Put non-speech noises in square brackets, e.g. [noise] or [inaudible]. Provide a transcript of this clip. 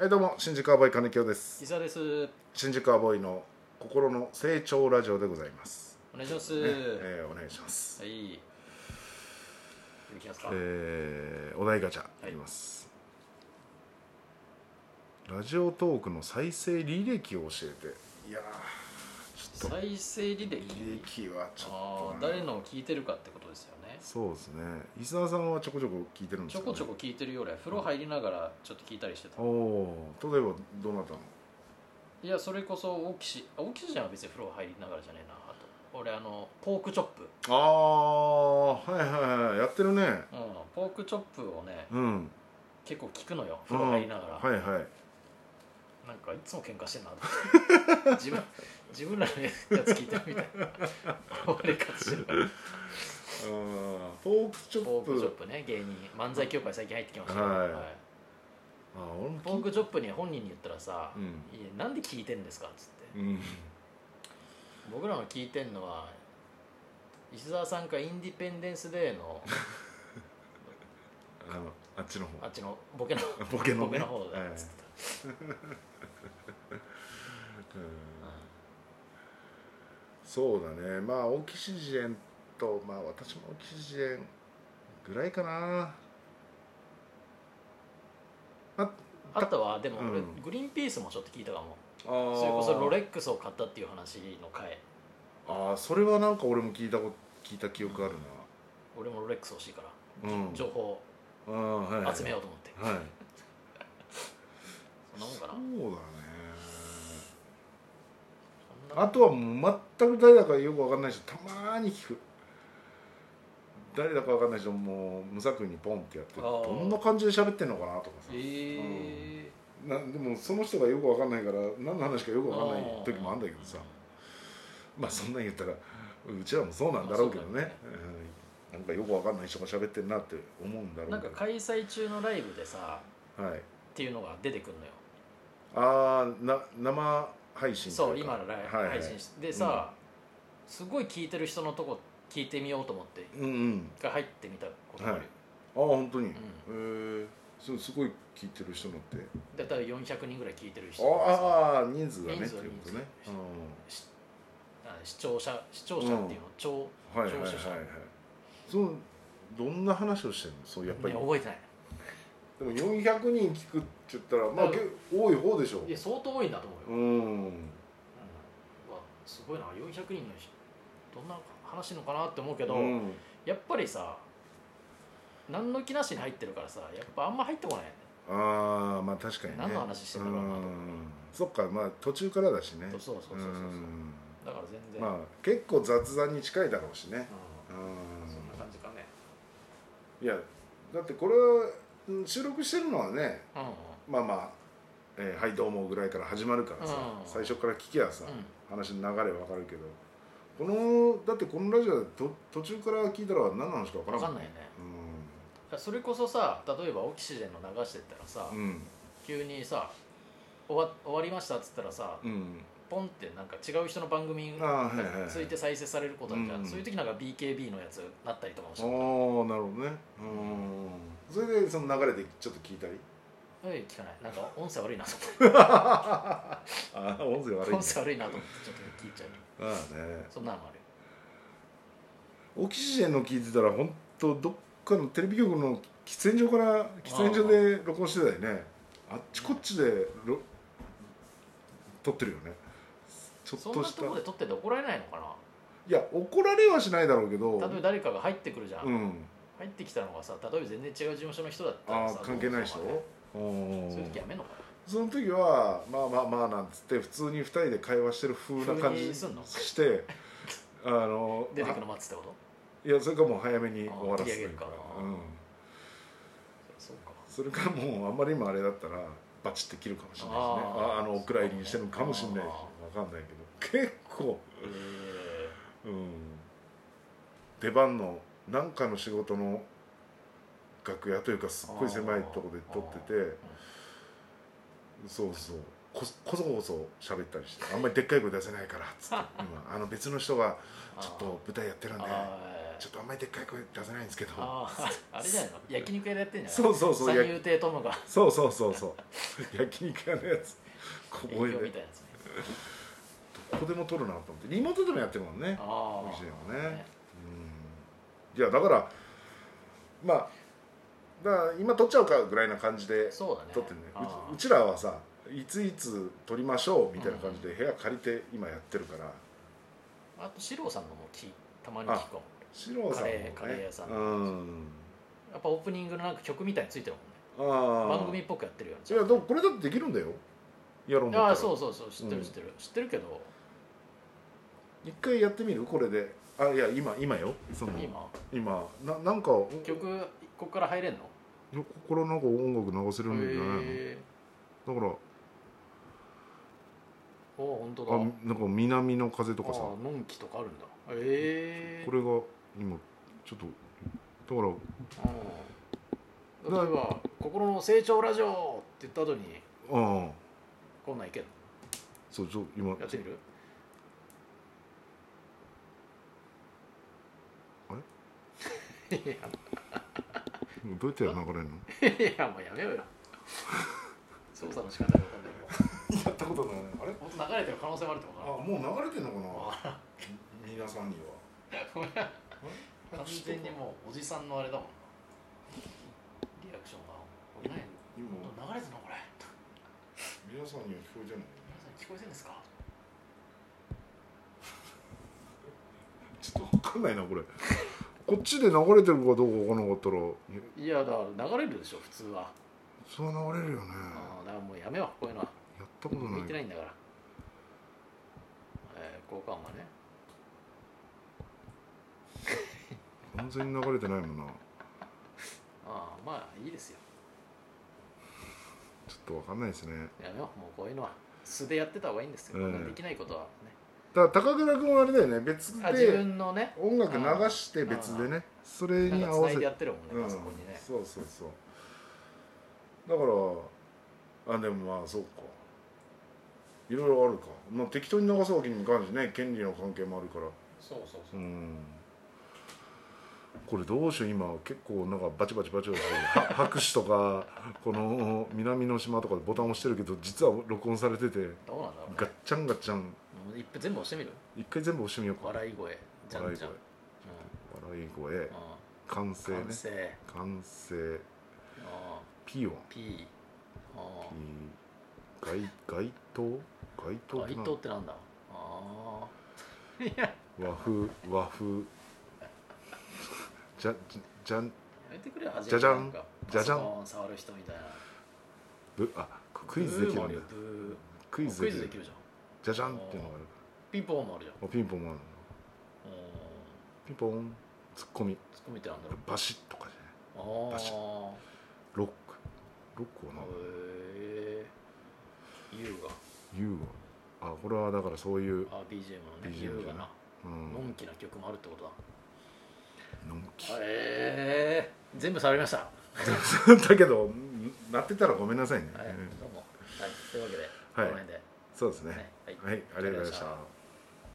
えどうも新宿アボイ金城です伊沢です。新宿アボイの心の成長ラジオでございます、お願いします。えーお願いします、はい。いきますか。えーお題ガチャあります、ラジオトークの再生履歴を教えていやーちょっと再生履歴。履歴はちょっああと、誰のを聞いてるかってことですよね。そうですね伊沢さんはちょこちょこ聞いてるんでちすょか、ね、こちょこ聞いてるよりは風呂入りながらちょっと聞いたりしてた。おお例えばどなたのいやそれこそオキシ、あオキシじゃんは別に風呂入りながらじゃねえな。あと俺あのポークチョップ。ああはいはいはいやってるねうん。ポークチョップをねうん結構聞くのよ。風呂入りながら。はいはいなんかいつも喧嘩してんなと [laughs] 思って自分自分らのやつ聞いてるみたいな。俺勝ちしてるから。あーポークチョポッークチョッププね芸人漫才協会最近入ってきましたけど、はいはいあー俺も聞いポークチョップに本人に言ったらさ「うんいやなんで聞いてんですか?」っつって、うん僕らの聞いてんのは石澤さんかインディペンデンスデ [laughs] ーのあのあっちのあ方っちのボケのボケのねボケの方はだいっつってた、うんそうだねまあオキシジェンとまあ私もオキシジェンぐらいかなああとはでも俺、うんグリーンピースもちょっと聞いたかもあーそれこそロレックスを買ったっていう話の回あーそれはなんか俺も聞いたこと聞いた記憶ある俺もロレックス欲しいからなうん情報あーはいはい集めようと思って、はいそんなもんそうかなだそねんなあとはもう全く誰だかよくわかんない人たまーに聞く誰だかわかんない人もう無作為にポンってやってあーどんな感じで喋ってんのかなとかさえーなでもその人がよくわかんないから何の話かよくわかんない時もあるんだけどさまあそんなん言ったらうちらもそうなんだろうけどねまあそうだねうんなんかよくわかんない人が喋ってんなって思うんだろなんうかけ開催中のライブでさど、はい、っていうのが出てくるのよああな生配信とそういか今のライブはいはい配信してでさ、すごい聞いてる人のとこ聞いてみようと思ってうんうん一回入ってみたことがある、はいああ本当に、へえそうすごい聞いてる人のってだいたい400人ぐらい聞いてる人ああ人数がね人って数いうことね、人あ視聴者視聴者っていうの超、うん、はいはいはいは聴い取者そうどんな話をしてんのそうやっぱりね覚えてないでも400人聞くって言ったらまあだから結構多い方でしょいや相当多いんだと思うよ、ううんんうわすごいな400人の人どんな話してんのかなって思うけど、うんやっぱりさ何の気なしに入ってるからさやっぱあんま入ってこないよねああまあ確かにね何の話してんだろうなと思ううんそっかまあ途中からだしねそうそうそうそうそううんだから全然、まあ結構雑談に近いだろうしねう、うんそんなん感じかねいやだってこれはうん収録してるのはねうんうんまあまあ「えーはいどうも」ぐらいから始まるからさ、うん最初から聞きゃさ、うん話の流れわかるけどこのだってこのラジオだと途中から聞いたら何の話かわから分んかんないよねだからそれこそさ例えばオキシジェンの流してったらさ、うんうん急にさ終わ終わりましたっつったらさ、うんポンってなんか違う人の番組あがあはいはいはいついて再生されることあるじゃん、うんそういう時なんか BKB のやつなったりとかもしああてなるほどねうんそれでその流れでちょっと聞いたりえ聞かないなんか音声悪いなと思っああ音声悪ていね音声悪いなと思ってちょっと聞いちゃうああねそんなのもあるよオキシジェンの聞いてたら本当どっかのテレビ局の喫煙所から喫煙所で録音してたよねあっちこっちでろ撮ってるよねちょっそんとなしとたころで撮ってて怒られないのかいや怒られはしないだろうけどな例えば誰かが入ってくるじゃん、うん入ってきたのがさ例えば全然違う事務所の人だったあらあさ関係ない人どう思うかねおーそういう時やめんのかなその時はまあまあまあなんつって普通に二人で会話してる風な感風じにすんのしてあの出てくの待つってことあいやそれかもう早めにあ終わらせ切りて上げるかうん、そうかそれかもうあんまり今あれだったらバチって切るかもしれないしねあああーのお蔵入りにしてるのかもしれないしわかんないけど結構、えーうん、出番のなんかの仕事の楽屋というかすっごい狭いとこで撮っててそうそうここそこそ喋ったりして [laughs] あんまりでっかい声出せないからっつって今あの別の人がちょっと舞台やってるんであちょっとあんまりでっかい声出せないんですけどあああれじゃないの焼肉屋でやってんじゃないそうそうそう三遊亭友がそうそうそうそう [laughs] 焼肉屋のやつ小営業声みでたいどなやつねこでも撮るなと思ってリモートでもやってるもんねあオキシデンはねねうんいやだからまあだから今撮っちゃうかぐらいな感じであそうだね撮ってるねああうちうちらはさいついつ撮りましょうみたいな感じで部屋借りて今やってるからあと四郎さんのも聞いたまに聞くかも四郎さんもねカレーカレー屋さんうんやっぱオープニングのなんか曲みたいについてるもんねあー番組っぽくやってるよねいやでもこれだってできるんだよやろうんだったらああそうそうそう知ってうんる知ってる、知ってるけど一回やってみるこれであいや今今よその今今ななんかお曲ここから入れんのここからなんか音楽流せるんじゃないの、へえだからおお本当だあなんか南の風とかさあーのんきとかあるんだへえこれが今ちょっとだからうん例えば「心の成長ラジオ」って言った後にああこんなんいけるそうちょ今やってみる [laughs] あれいどうやって流れるのやいやもうやめよう [laughs] よ操作の仕方が分かんないけやったことないあれど本当流れてる可能性もあるってことあかもう流れてんのかな皆さんに [laughs] なは完全にもうおじさんのあれだもんなリアクションがこれ何今流れてんのこれ皆さんには聞こえてない皆さん聞こえてんですかちょっと分かんないなこれこっちで流れてるかどうか分からなかったらいやだから流れるでしょ普通は、それは流れるよねああーだからもうやめようこういうのはやったことない向いてないんだから、えー、効果音がね完全に流れてないもんなああまあいいですよちょっと分かんないですねやめようもうこういうのは素でやってた方がいいんですよ、ええできないことはねだから高倉君はあれだよね別あ自で分のね音楽流して別でねそれなんにか合つわないせでてやってるもんね、うんパソコンにねそうそうそうだからあでもまあそうかいろいろあるか、まあ、適当に流すわけにもいかんしね権利の関係もあるからそうそうそううんこれどうしよう今結構なんかバチバチバチバチは [laughs] 拍手とかこの南の島とかでボタン押してるけど実は録音されててどうなんだろうねガッチャンガッチャンもう一遍全部押してみる一回全部押してみようか笑い声じゃんじゃん、うん笑い声笑い声う完成ねん、完成、完成うん、ピヨン P あ街街灯街あ灯って街な灯ってなんだああいやや和風和風じゃじゃじゃんめてくれよ初じゃじゃんなんかじゃじゃんパソコン触る人みたいなぶあクイズできるんだブーもあよブークイズクでイきズるできるじゃんじゃじゃんっていうのがあるピンポンもあるじゃあんピンポンもあるのうんピンポンツッコミツッコミってなんだろうバシッとかじゃないあバシあロックロックはなへえ優優はあこれはだからそういう雅あ BGM のね BGM 優雅なうんのんきな曲もあるってことだのんきええ全部触りましただけどなってたらごめんなさいねはいうんどうもはいというわけでこはのい辺でそうですねねはいはいありがとうございましありがとうございましたた